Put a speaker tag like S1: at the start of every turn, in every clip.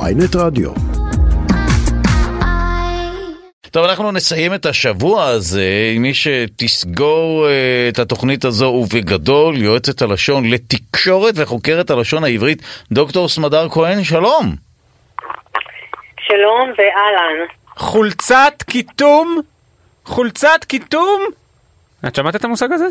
S1: ויינט רדיו.
S2: טוב, אנחנו נסיים את השבוע הזה עם מי שתסגור אה, את התוכנית הזו, ובגדול, יועצת הלשון לתקשורת וחוקרת הלשון העברית, דוקטור סמדר כהן, שלום.
S3: שלום ואהלן.
S4: חולצת קיטום? חולצת קיטום? את שמעת את המושג הזה?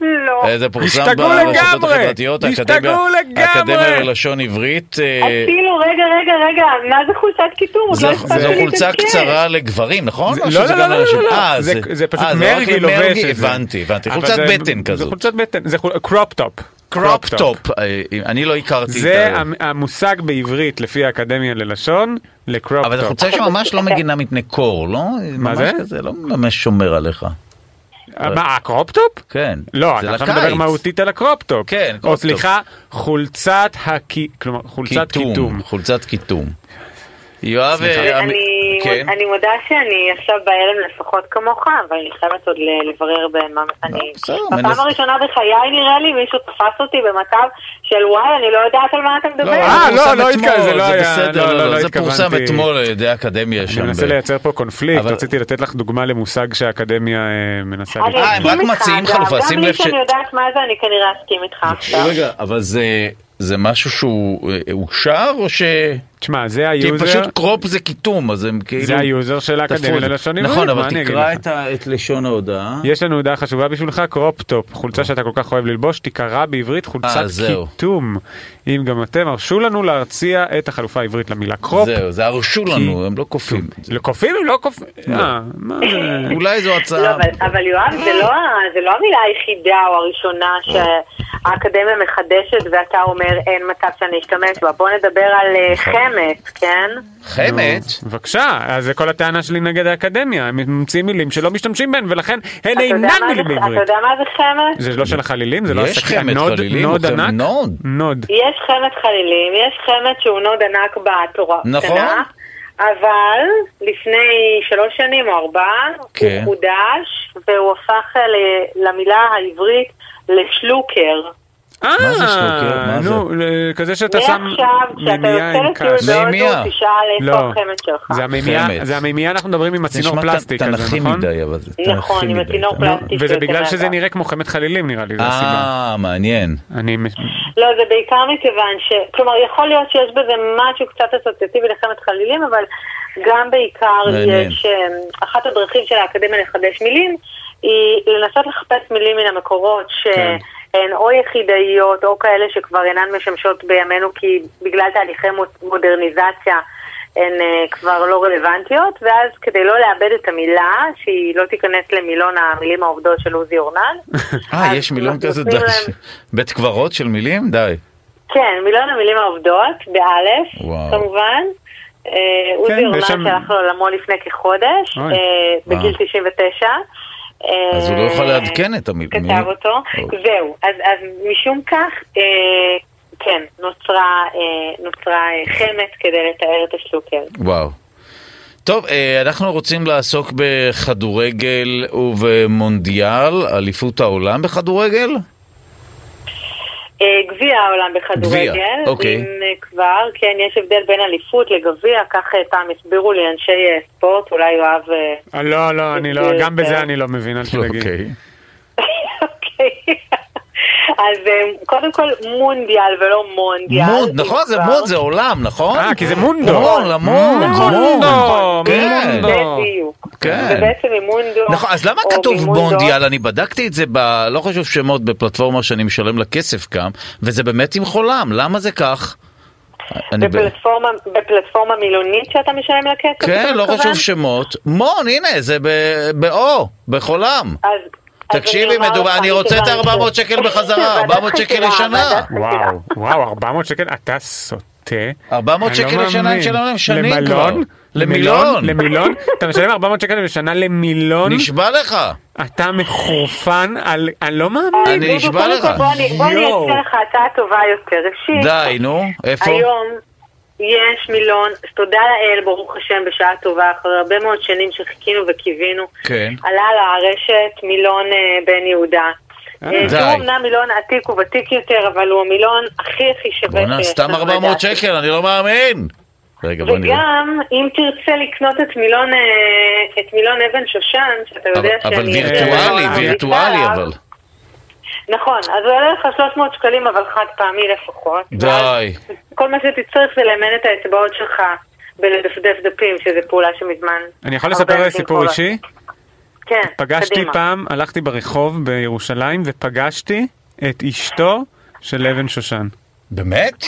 S3: לא.
S2: אה, זה פורסם
S4: השתגעו
S2: ברשתות
S4: לגמרי!
S2: החברתיות,
S4: השתגעו
S2: האקדמיה-
S4: לגמרי!
S2: האקדמיה ללשון עברית. אה,
S3: אפילו, רגע, רגע, רגע, מה זה חולצת קיטור? עוד
S2: זו
S3: לא הספקתי
S2: זו חולצה
S3: להתעדכן.
S2: קצרה לגברים, נכון?
S4: זה-
S2: או
S4: לא,
S2: שזה
S4: לא,
S2: גם
S4: לא, לא,
S2: לנשים?
S4: לא, לא.
S2: אה,
S4: זה- זה פשוט
S2: אה, רק
S4: מרגי לובש
S2: למרגי,
S4: את זה.
S2: הבנתי, הבנתי.
S4: אבל
S2: חולצת
S4: זה-
S2: בטן כזו.
S4: זה חולצת בטן, זה קרופ-טופ.
S2: קרופ-טופ. אה, אני לא הכרתי את
S4: זה
S2: ה...
S4: המ- המושג בעברית לפי האקדמיה ללשון,
S2: אבל זו
S4: לקרופ-טופ.
S2: חולצה שממש לא מגינה מפני קור, לא? ממש
S4: זה?
S2: כזה, לא ממש שומר עליך.
S4: אה, מה, הקרופ-טופ?
S2: כן.
S4: לא,
S2: זה
S4: אתה עכשיו
S2: לקיץ.
S4: מדבר מהותית על הקרופ-טופ.
S2: כן,
S4: או
S2: קרופ-טופ.
S4: סליחה, חולצת הקי... כלומר, חולצת קיטום.
S2: חולצת קיטום. יואב... אה, עמי-
S3: אני
S2: כן.
S3: אני מודה שאני עכשיו בהלם לפחות כמוך, אבל אני חייבת עוד ל- לברר במה... אני...
S2: לא, בסדר, מנס-
S3: בפעם הראשונה בחיי נראה לי מישהו תפס אותי במצב של וואי, אני לא יודעת על מה אתה מדבר.
S4: אה,
S2: זה פורסם
S4: לא, לא
S2: אתמול,
S4: התכוון- זה לא היה-
S2: בסדר,
S4: לא,
S2: לא,
S4: לא,
S2: לא,
S4: לא
S2: זה פורסם
S4: התכוונתי.
S2: אתמול על ידי האקדמיה שם.
S4: אני מנסה
S2: ב-
S4: לייצר פה קונפליקט,
S2: אבל-
S4: רציתי לתת לך דוגמה למושג שהאקדמיה אה, מנסה...
S3: אני
S4: לייצר.
S2: אה, הם
S3: אסכים
S2: רק
S3: איתך,
S2: מציעים
S3: אגב.
S2: חלופה, שים
S3: גם בלי
S2: לב ש- אה,
S3: שאני יודעת מה זה, אני כנראה אסכים איתך עכשיו.
S2: רגע, אבל זה... זה משהו שהוא אה, אושר או ש...
S4: תשמע, זה
S2: כי
S4: היוזר,
S2: פשוט קרופ זה קיטום, אז הם כאילו...
S4: זה היוזר של
S2: תפרו
S4: האקדמיה
S2: את זה.
S4: ללשון עברית,
S2: נכון,
S4: מה אני
S2: אבל
S4: אגיד
S2: תקרא
S4: לך?
S2: את ה- את לשון ההודעה.
S4: יש לנו הודעה חשובה בשבילך, קרופ-טופ, חולצה שאתה כל כך אוהב ללבוש, תיקרא בעברית
S2: אה,
S4: חולצת
S2: זהו.
S4: קיטום. אם גם אתם, הרשו לנו להרציע את החלופה העברית למילה קרופ.
S2: זהו, זה הרשו לנו, הם לא כופים.
S4: לקופים הם לא קופים. אה, מה זה?
S2: אולי זו
S3: לא,
S2: הצעה...
S3: אבל, אבל יואב, זה לא, ה- זה לא המילה היחידה או הראשונה שהאקדמיה מחדשת ואתה אומר אין מצב שאני אשתמש בה. בוא נדבר על אה,
S2: נכון.
S3: חמץ, כן?
S2: חמת?
S4: בבקשה, אז זה כל הטענה שלי נגד האקדמיה, הם ממציאים מילים שלא משתמשים בהן, ולכן הן
S3: אתה יודע
S4: אינן
S3: מה זה-
S4: מילים
S3: אתה
S4: בעברית.
S3: יודע מה זה חמץ?
S4: זה לא של החלילים, זה לא
S2: יש
S4: הסכין,
S2: חמד
S4: נוד,
S2: חלילים,
S4: נוד
S2: הוא חמד
S4: ענק,
S2: נוד.
S4: נוד.
S3: יש חמץ חלילים, יש חמץ שהוא נוד ענק בתורה.
S2: נכון.
S3: הקטנה, אבל לפני שלוש שנים או ארבעה,
S2: כן.
S3: הוא חודש והוא הפך אה, ל- למילה העברית לשלוקר.
S2: מה זה שלוקר? מה
S4: אה, נו, אה, כזה שאתה שם
S3: מעכשיו, כשאתה
S4: מימייה
S3: יוצא
S4: עם
S3: לטיול
S4: קש.
S2: מימייה.
S3: בהודו, תשאל איפה
S4: לא,
S3: החמץ שלך.
S4: זה המימייה,
S2: חמד.
S4: זה המימייה, אנחנו מדברים עם הצינור
S2: אה, נשמע ת-
S4: פלסטיק הזה,
S2: תנכי
S4: נכון?
S2: מדי, אבל זה לא? תנכי
S3: נכון, עם
S2: מדי.
S3: הצינור פלסטיק.
S4: וזה
S3: יותר
S4: בגלל שזה
S3: מהגב.
S4: נראה כמו חמד חלילים נראה לי, זה הסיבה.
S2: אה, מעניין.
S4: אני מש-
S3: לא, זה בעיקר מכיוון ש... כלומר, יכול להיות שיש בזה משהו קצת אסוציאטיבי לחמת חלילים, אבל גם בעיקר
S2: מעניין.
S3: יש... אמ, אחת הדרכים של האקדמיה לחדש מילים היא לנסות לחפש מילים מן המקורות
S4: כן.
S3: שהן או יחידאיות או כאלה שכבר אינן משמשות בימינו כי בגלל תהליכי מו- מודרניזציה הן אה, כבר לא רלוונטיות, ואז כדי לא לאבד את המילה, שהיא לא תיכנס למילון המילים העובדות של עוזי אורנן,
S2: אה,
S3: אז
S2: יש מילון
S3: אנחנו
S2: כזה
S3: נותנים
S2: די.
S3: להם-
S2: בית קברות של מילים? די.
S3: כן, מיליון המילים העובדות, באלף,
S2: וואו.
S3: כמובן. אה, עוזי אורמן
S4: ויש שם-
S3: שהלך לעולמו לפני כחודש,
S4: אוי.
S3: אה, בגיל
S2: וואו.
S3: 99. אה,
S2: אז הוא לא יוכל לעדכן את המיל-
S3: כתב
S2: מי-
S3: אותו.
S2: אוקיי.
S3: זהו, אז אז משום כך, אה, כן, נוצרה אה, נוצרה אה, חמת כדי לתאר את השלוקר.
S2: וואו. טוב, אה, אנחנו רוצים לעסוק בכדורגל ובמונדיאל, אליפות העולם בכדורגל?
S3: אה, גביע העולם בכדורגל,
S2: גביע, אוקיי.
S3: אם אה, כבר, כן, יש הבדל בין אליפות לגביע, כך אה, פעם הסבירו לי אנשי אה, ספורט, אולי יואב... אה,
S4: אה, לא, לא, אני לא, גם בזה אני לא מבין, אל תדאגי.
S2: אוקיי.
S3: אוקיי. אז אמ, קודם כל מונדיאל ולא מונדיאל.
S2: מונד, נכון,
S3: אם
S2: זה
S3: כבר.
S2: מונד, זה עולם, נכון?
S4: אה, כי זה מונדו.
S2: עול,
S3: נכון,
S2: המון,
S4: מונדו,
S2: המון. כן.
S4: מונדו.
S3: בדיוק.
S2: כן.
S3: זה בעצם ממונדו.
S2: נכון, אז למה
S3: או
S2: כתוב
S3: ממונדו.
S2: מונדיאל? אני בדקתי את זה ב... לא חשוב שמות, בפלטפורמה שאני משלם לה כסף גם, וזה באמת עם חולם, למה זה כך? אני ב-
S3: בפלטפורמה, בפלטפורמה מילונית שאתה משלם לה כסף? אתה
S2: כן, לא
S3: מתכוון?
S2: חשוב שמות. מון, הנה, זה ב- באו, בחולם.
S3: אז- אז
S2: תקשיבי,
S3: אומר
S2: מדובר-
S3: לך,
S2: אני רוצה את
S3: מכיוון ש-
S2: 400 שקל בחזרה,
S3: ועדת
S2: 400 שקל
S3: חקירה,
S2: לשנה.
S3: ועדת חקירה.
S4: וואו, וואו, 400 שקל, אתה סוטה.
S2: 400
S4: אני
S2: שקל
S4: לא
S2: לשנה,
S4: מאמין.
S2: הם שלנו להם שנים
S4: למלון?
S2: כבר. למילון.
S4: למילון? אתה משלם 400 שקל בשנה למילון?
S2: נשבע לך.
S4: אתה מחורפן על... אני לא מאמין.
S2: אני
S3: דודו,
S2: נשבע
S3: קודם
S2: לך.
S3: כל, בוא אני- בוא אני
S4: יואו.
S3: אעשה לך הצעה טובה יותר. ראשית,
S2: די, נו, איפה?
S3: היום יש מילון, אז תודה לאל, ברוך השם, בשעה טובה, אחרי הרבה מאוד שנים שחיכינו וקיווינו.
S2: כן.
S3: עלה על הרשת מילון אה, בן יהודה. אה,
S2: די.
S3: שהוא אמנם מילון עתיק וותיק יותר, אבל הוא המילון הכי הכי שווה
S2: בואנה,
S3: שיש
S2: סתם
S3: לנו
S2: 400
S3: לדעתי.
S2: שקל, אני לא מאמין. רגע, בוא נראה.
S3: וגם, אם תרצה לקנות את מילון, אה, את מילון אבן שושן, שאתה
S2: אבל-
S3: יודע שאני...
S2: אבל
S3: אה,
S2: וירטואלי,
S3: ממליצה
S2: וירטואלי
S3: עליו,
S2: אבל.
S3: נכון, אז עולה לך 300 שקלים, אבל חד פעמי לפחות.
S2: די.
S3: כל מה שתצטרך זה לאמן את האצבעות שלך בלדפדף דפים, שזו פעולה שמזמן...
S4: אני יכול
S3: הרבה
S4: לספר
S3: אנשים
S4: סיפור
S3: כבר לא-
S4: אישי?
S3: כן,
S4: פגשתי
S3: קדימה.
S4: פעם, הלכתי ברחוב בירושלים ופגשתי את אשתו של אבן שושן.
S2: באמת?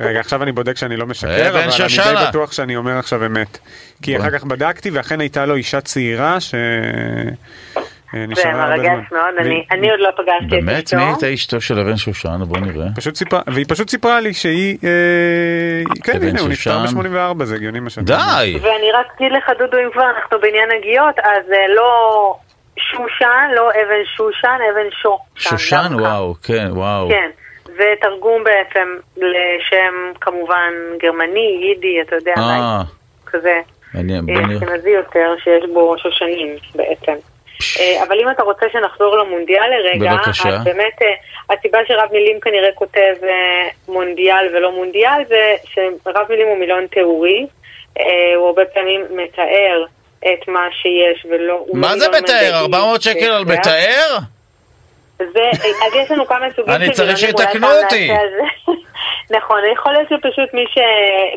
S4: רגע, עכשיו אני בודק שאני לא
S2: אבן
S4: משקר, אבל אני
S2: שושנה.
S4: די בטוח שאני אומר עכשיו אמת. כי
S2: בוא.
S4: אחר כך בדקתי, ואכן הייתה לו אישה צעירה ש... אה,
S3: זה
S4: נשארה הרבה זמן.
S3: מרגש מאוד, אני-
S4: והיא-
S3: אני עוד לא פגשתי את אשתו.
S2: באמת? מי הייתה אשתו של אבן שושן? בוא נראה.
S4: פשוט סיפרה, והיא פשוט סיפרה לי שהיא... אה, כן,
S2: אבן
S4: הנה, הוא נפטר
S2: שושן.
S4: ב-84, זה הגיוני מה שאתה אומר.
S2: די.
S3: ואני רק אגיד לך, דודו, אם כבר אנחנו בעניין הגיאות, אז אה, לא שושן, לא אבן שושן, אבן שו-
S2: שושן,
S3: דווקא.
S2: וואו, כן, וואו.
S3: כן, ותרגום בעצם לשם כמובן גרמני, יידי, אתה יודע, אולי
S2: אה,
S3: כזה
S2: מעניין,
S3: כן, אה,
S2: בוא נראה.
S3: אשכנזי יותר, שיש בו שושנים בעצם. אה, אבל אם אתה רוצה שנחזור למונדיאל לרגע,
S2: בבקשה.
S3: אז באמת אה, הסיבה שרב מילים כנראה כותב אה, מונדיאל ולא מונדיאל זה שרב מילים הוא מילון תיאורי, אה, הוא הרבה פעמים מתאר את מה שיש ולא... הוא
S2: מה
S3: לא
S2: זה
S3: מילון כן.
S2: מתאר?
S3: מדעי
S2: 400 שקל על
S3: בהכרח.
S2: מתאר?
S3: זה, אז יש לנו כמה סוגים
S2: אני
S3: של
S2: צריך
S3: מילונים, אולי
S2: שיתקנו
S3: פעם
S2: אותי.
S3: נעשה על זה. נכון, יכול להיות שפשוט מי, ש...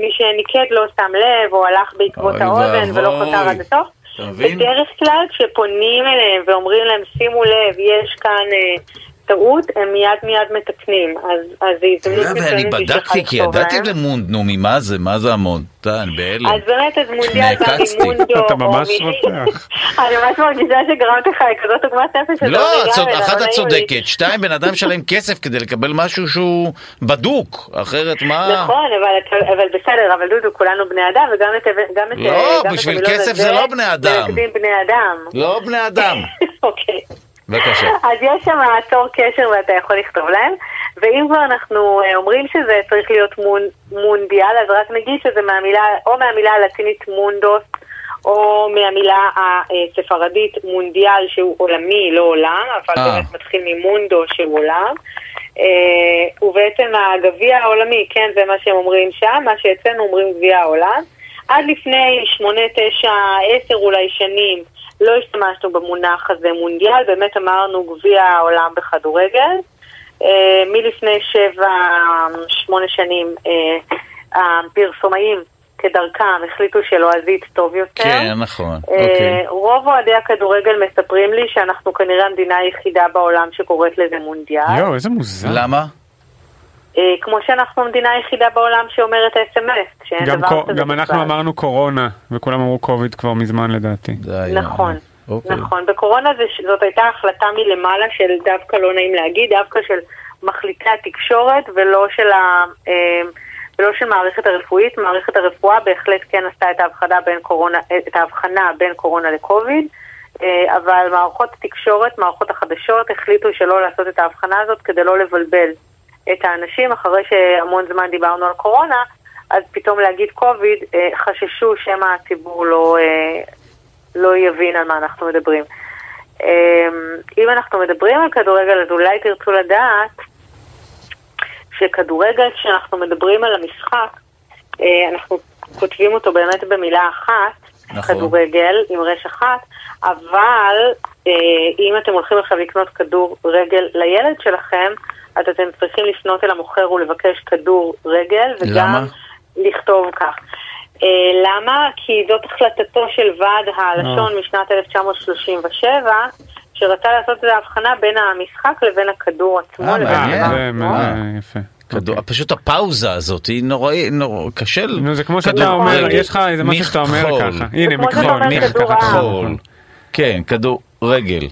S3: מי שניקד לא שם לב, או הלך בעקבות
S2: אוי
S3: האוזן ולא
S2: ואבוי.
S3: חזר עד הסוף.
S2: אתה מבין?
S3: בדרך כלל כשפונים אליהם ואומרים להם, שימו לב, יש כאן אה, טעות, הם מיד מיד מתקנים. אז, אז
S2: אתה
S3: זו הזדמנות
S2: יודע, אה, ואני
S3: מצוינת בשבילך
S2: בדקתי כי
S3: לכתוב
S2: ידעתי
S3: להם.
S2: למונד, נו ממה זה? מה זה המונד? די, אני בהלם.
S3: אה? אז באמת, אז מונדיאל
S2: נעקצתי.
S3: ברימונדו,
S4: אתה ממש
S3: או מי-
S4: רותח.
S3: אני ממש מרגישה שגרמת לך כזאת דוגמת נפש. אז
S2: לא,
S3: לא
S2: את
S3: נראה,
S2: צוד-
S3: ולא
S2: אחת את
S3: נעים לי.
S2: צודקת, שתיים, בן אדם שלם כסף כדי לקבל משהו שהוא בדוק, אחרת מה...
S3: נכון, אבל, אתה- אבל בסדר, אבל דודו, כולנו בני אדם, וגם את... גם את אה,
S2: לא,
S3: גם את
S2: בשביל
S3: המילון
S2: כסף
S3: הזה
S2: זה לא בני אדם.
S3: מלכדים בני אדם.
S2: לא בני אדם.
S3: אוקיי.
S2: בבקשה.
S3: אז יש שם עצור קשר ואתה יכול לכתוב להם, ואם כבר אנחנו אה, אומרים שזה צריך להיות מון, מונדיאל, אז רק נגיד שזה מהמילה, או מהמילה הלטינית מונדוס, או מהמילה הספרדית מונדיאל, שהוא עולמי, לא עולם, אבל
S2: אה.
S3: באמת מתחיל ממונדו שהוא עולם. אה, ובעצם הגביע העולמי, כן, זה מה שהם אומרים שם, מה שאצלנו אומרים גביע העולם. עד לפני שמונה, תשע, עשר אולי שנים לא השתמשנו במונח הזה מונדיאל, באמת אמרנו גביע העולם בכדורגל. אה, מלפני שבע, שמונה שנים אה, הפרסומאים כדרכם החליטו שלועזית טוב יותר.
S2: כן, נכון,
S3: אה,
S2: אוקיי.
S3: רוב אוהדי הכדורגל מספרים לי שאנחנו כנראה המדינה היחידה בעולם שקוראת לזה מונדיאל.
S4: יואו, איזה מוזר.
S2: למה?
S3: אה, כמו שאנחנו המדינה היחידה בעולם שאומרת אס.אם.אס, שאין
S4: גם
S3: דבר
S4: קו-
S3: כזה
S4: גם אנחנו
S3: בכלל.
S4: אמרנו קורונה, וכולם אמרו קוביד כבר מזמן לדעתי.
S2: די.
S3: נכון,
S2: אוקיי.
S3: נכון. בקורונה זה- זאת הייתה החלטה מלמעלה של דווקא לא נעים להגיד, דווקא של מחליטי התקשורת ולא של ה... אה, ולא של מערכת הרפואית, מערכת הרפואה בהחלט כן עשתה את ההבחנה בין קורונה, אה, את ההבחנה בין קורונה לקוביד, אה, אבל מערכות התקשורת, מערכות החדשות, החליטו שלא לעשות את ההבחנה הזאת כדי לא לבלבל את האנשים, אחרי שהמון זמן דיברנו על קורונה, אז פתאום להגיד קוביד, אה, חששו שמא הציבור לא, אה, לא יבין על מה אנחנו מדברים. אמ, אם אנחנו מדברים על כדורגל, אז אולי תרצו לדעת שכדורגל, כשאנחנו מדברים על המשחק, אה, אנחנו כותבים אותו באמת במילה אחת,
S2: נכון.
S3: כדורגל עם רש אחת, אבל אה, אם אתם הולכים עכשיו לקנות כדור רגל לילד שלכם, אז אתם צריכים לפנות אל המוכר ולבקש כדור רגל, וגם...
S2: למה?
S3: לכתוב כך. אה, למה? כי זאת החלטתו של ועד הלשון משנת 1937, שרצה לעשות את ההבחנה בין המשחק לבין הכדור עצמו.
S2: אה,
S3: לבין
S2: מעניין. אה.
S3: הדבר
S4: זה
S3: עצמו.
S4: מעניין, יפה.
S2: כדור- פשוט הפאוזה הזאת היא נוראי, נורא, קשה. ל-
S4: אוקיי. נו, זה כמו
S2: כדור
S4: שאתה אומר,
S2: רגל.
S4: יש לך איזה משהו שאתה אומר
S2: מכחול.
S4: ככה. הנה,
S3: כמו שאתה
S4: מכחול.
S3: אומר,
S4: ככה,
S3: כדור
S4: ככה, ככה.
S2: מכחול. כן, כדור רגל.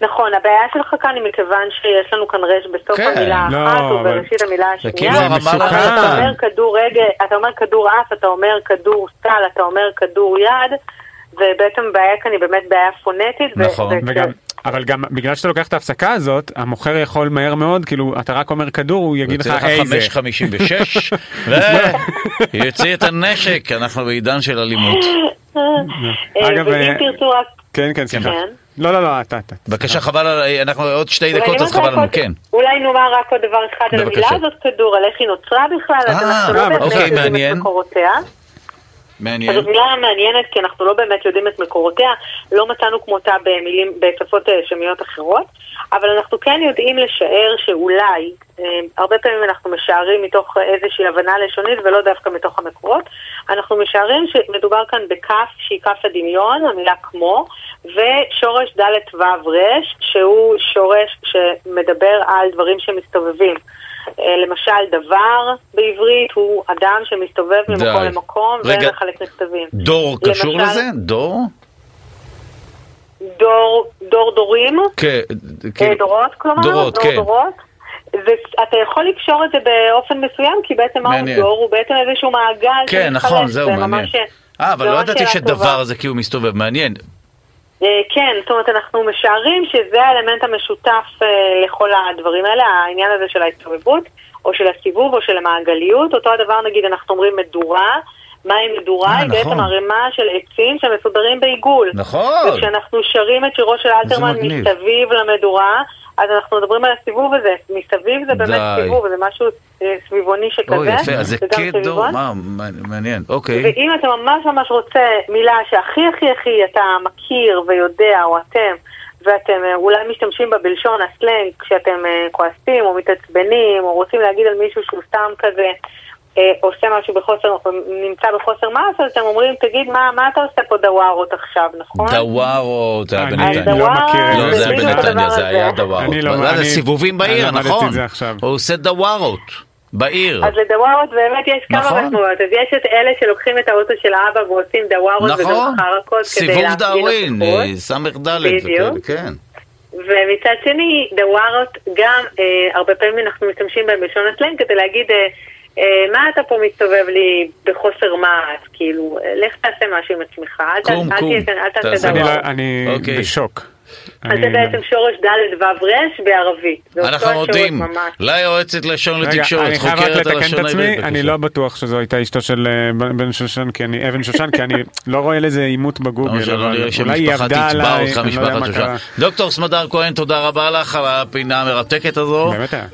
S3: נכון, הבעיה שלך כאן היא מכיוון שיש לנו כאן רש בסוף
S2: כן,
S3: המילה
S4: לא,
S3: האחת
S4: אבל-
S3: ובראשית המילה
S2: זה
S3: השנייה.
S2: כאילו
S4: זה
S2: הרמה
S4: מסוכן.
S3: אתה
S2: לשטן.
S3: אומר כדור רגל, אתה אומר כדור אף, אתה אומר כדור סל, אתה אומר כדור יד, ובעצם הבעיה כאן היא באמת בעיה פונטית. ו-
S2: נכון,
S3: וכש-
S4: וגם, אבל גם בגלל שאתה לוקח את ההפסקה הזאת, המוכר יכול מהר מאוד, כאילו, אתה רק אומר כדור, הוא יגיד לך
S2: יוצא לך
S4: איזה.
S2: 5.56 ויוציא את הנשק, אנחנו בעידן של אלימות.
S3: אה,
S4: אגב,
S3: ואם
S4: אה,
S3: תרצו רק...
S4: כן, כן, סליחה.
S3: כן.
S4: לא, לא, לא, אתה, אתה.
S2: בבקשה, חבל, על- אנחנו עוד שתי
S3: אבל
S2: דקות,
S3: אני
S2: אז
S3: רוצה
S2: חבל לנו,
S3: רק עוד-
S2: כן.
S3: אולי נאמר רק עוד דבר אחד על המילה
S2: בבקשה.
S3: הזאת, כדור, על איך היא נוצרה בכלל,
S2: אה,
S3: אז אנחנו
S4: אה,
S3: לא באמת
S4: אוקיי,
S3: יודעים
S2: מעניין.
S3: את מקורותיה. אז
S2: מעניין.
S3: זאת מילה מעניינת, כי אנחנו לא באמת יודעים את מקורותיה, לא מצאנו כמותה במילים, בשפות אה, שמיות אחרות, אבל אנחנו כן יודעים לשער שאולי, אה, הרבה פעמים אנחנו משערים מתוך איזושהי הבנה לשונית ולא דווקא מתוך המקורות, אנחנו משערים שמדובר כאן בכף שהיא כף הדמיון, המילה כמו, ושורש דלת ו' ר', שהוא שורש שמדבר על דברים שמסתובבים. אה, למשל, דבר בעברית הוא אדם שמסתובב ממקום
S2: די.
S3: למקום
S2: רגע,
S3: ואין מחלק מכתבים.
S2: דור
S3: למשל-
S2: קשור לזה? דור?
S3: דור, דור דורים,
S2: כן,
S3: אה,
S2: כאילו-
S3: דורות כלומר,
S2: דורות,
S3: דור
S2: כן.
S3: דורות. ואתה יכול לקשור את זה באופן מסוים, כי בעצם מהו
S2: מעניין.
S3: דור הוא בעצם איזשהו מעגל
S2: כן,
S3: שמתחלף,
S2: נכון, זהו,
S3: זה
S2: מעניין.
S3: ממש-
S2: אה, אבל
S3: זה
S2: לא
S3: ממש
S2: ידעתי
S3: שאלה
S2: שדבר
S3: טובה.
S2: זה כאילו מסתובב, מעניין.
S3: אה, כן, זאת אומרת, אנחנו משערים שזה האלמנט המשותף אה, לכל הדברים האלה, העניין הזה של ההסתובבות, או של הסיבוב, או של המעגליות. אותו הדבר, נגיד, אנחנו אומרים מדורה. מהי מדורה?
S2: אה,
S3: היא בעצם
S2: נכון.
S3: ערימה של עצים שמסודרים בעיגול.
S2: נכון.
S3: וכשאנחנו שרים את שירו של אלתרמן
S2: מגניב.
S3: מסביב למדורה, אז אנחנו מדברים על הסיבוב הזה. מסביב זה באמת
S2: די.
S3: סיבוב, זה משהו אה, סביבוני שכזה.
S2: אוי, יפה, אז זה
S3: גם
S2: כדור,
S3: סביבון.
S2: מה, מעניין, אוקיי.
S3: ואם אתה ממש ממש רוצה מילה שהכי הכי הכי אתה מכיר ויודע, או אתם, ואתם אה, אולי משתמשים בה בלשון הסלנג כשאתם אה, כועסים או מתעצבנים, או רוצים להגיד על מישהו שהוא סתם כזה אה, עושה משהו בחוסר, נמצא בחוסר מעש, אז אתם אומרים, תגיד, מה, מה אתה עושה פה דווארות עכשיו, נכון?
S2: דווארות, היה
S4: אני-
S2: בנתניה.
S4: לא מכיר
S2: לא,
S4: אני
S2: זה היה
S4: מבין את
S2: בנתניה,
S3: הדבר
S2: זה
S3: הזה.
S2: היה דווארות.
S4: אני לא-
S2: אבל זה
S4: אני-
S2: סיבובים
S4: אני
S2: בעיר,
S4: למדתי
S2: נכון.
S4: את זה עכשיו.
S2: הוא עושה דווארות, בעיר.
S3: אז לדווארות באמת יש
S2: נכון.
S3: כמה משמעויות. אז יש את אלה שלוקחים את האוטו של אבא ועושים דווארות
S2: נכון,
S3: וגם חרקות כדי
S2: סיבוב
S3: להפגין
S2: דאווין,
S3: נוכחות.
S2: אה, ס"ד, וכאלה,
S3: בדיוק.
S2: כן.
S3: ומצד שני, דווארות גם, אה, הרבה פעמים אנחנו משתמשים בהם בלשון הסלנג כדי להגיד, אה, אה, מה אתה פה מסתובב לי בחוסר מעש? כאילו, אה, לך תעשה משהו עם עצמך, אל ת-
S2: קום,
S3: אל
S2: קום.
S3: תהיה- אל
S2: תעשה
S3: תעשה
S4: אני, לא,
S3: דווארות.
S4: אני
S2: אוקיי.
S4: בשוק.
S3: אז זה
S4: אני- לא-
S3: בעצם שורש ד' ו' ר' בערבית. זה אותו
S2: אנחנו
S3: השורש
S2: מודים
S3: ממש.
S2: ליועצת לשון
S4: רגע,
S2: לתקשורת,
S4: אני חייב רק
S2: חוקרת
S4: לתקן
S2: הלשון
S4: את עצמי,
S2: העברית.
S4: אני
S2: בבקשה.
S4: לא בטוח שזו הייתה אשתו של אה, בן- בן שושן, כי אני, אבן שושן, כי אני לא רואה לזה עימות
S2: למה
S4: בגוגל,
S2: שלא
S4: לא אבל
S2: נראה
S4: אולי היא
S2: שמשפחה
S4: עבדה
S2: תתבע
S4: עליי,
S2: אותך,
S4: אני לא יודע
S2: משפחה
S4: מה
S2: תושב.
S4: קרה.
S2: דוקטור סמדר כהן, תודה רבה לך על הפינה המרתקת הזו.
S4: באמת אה. היה.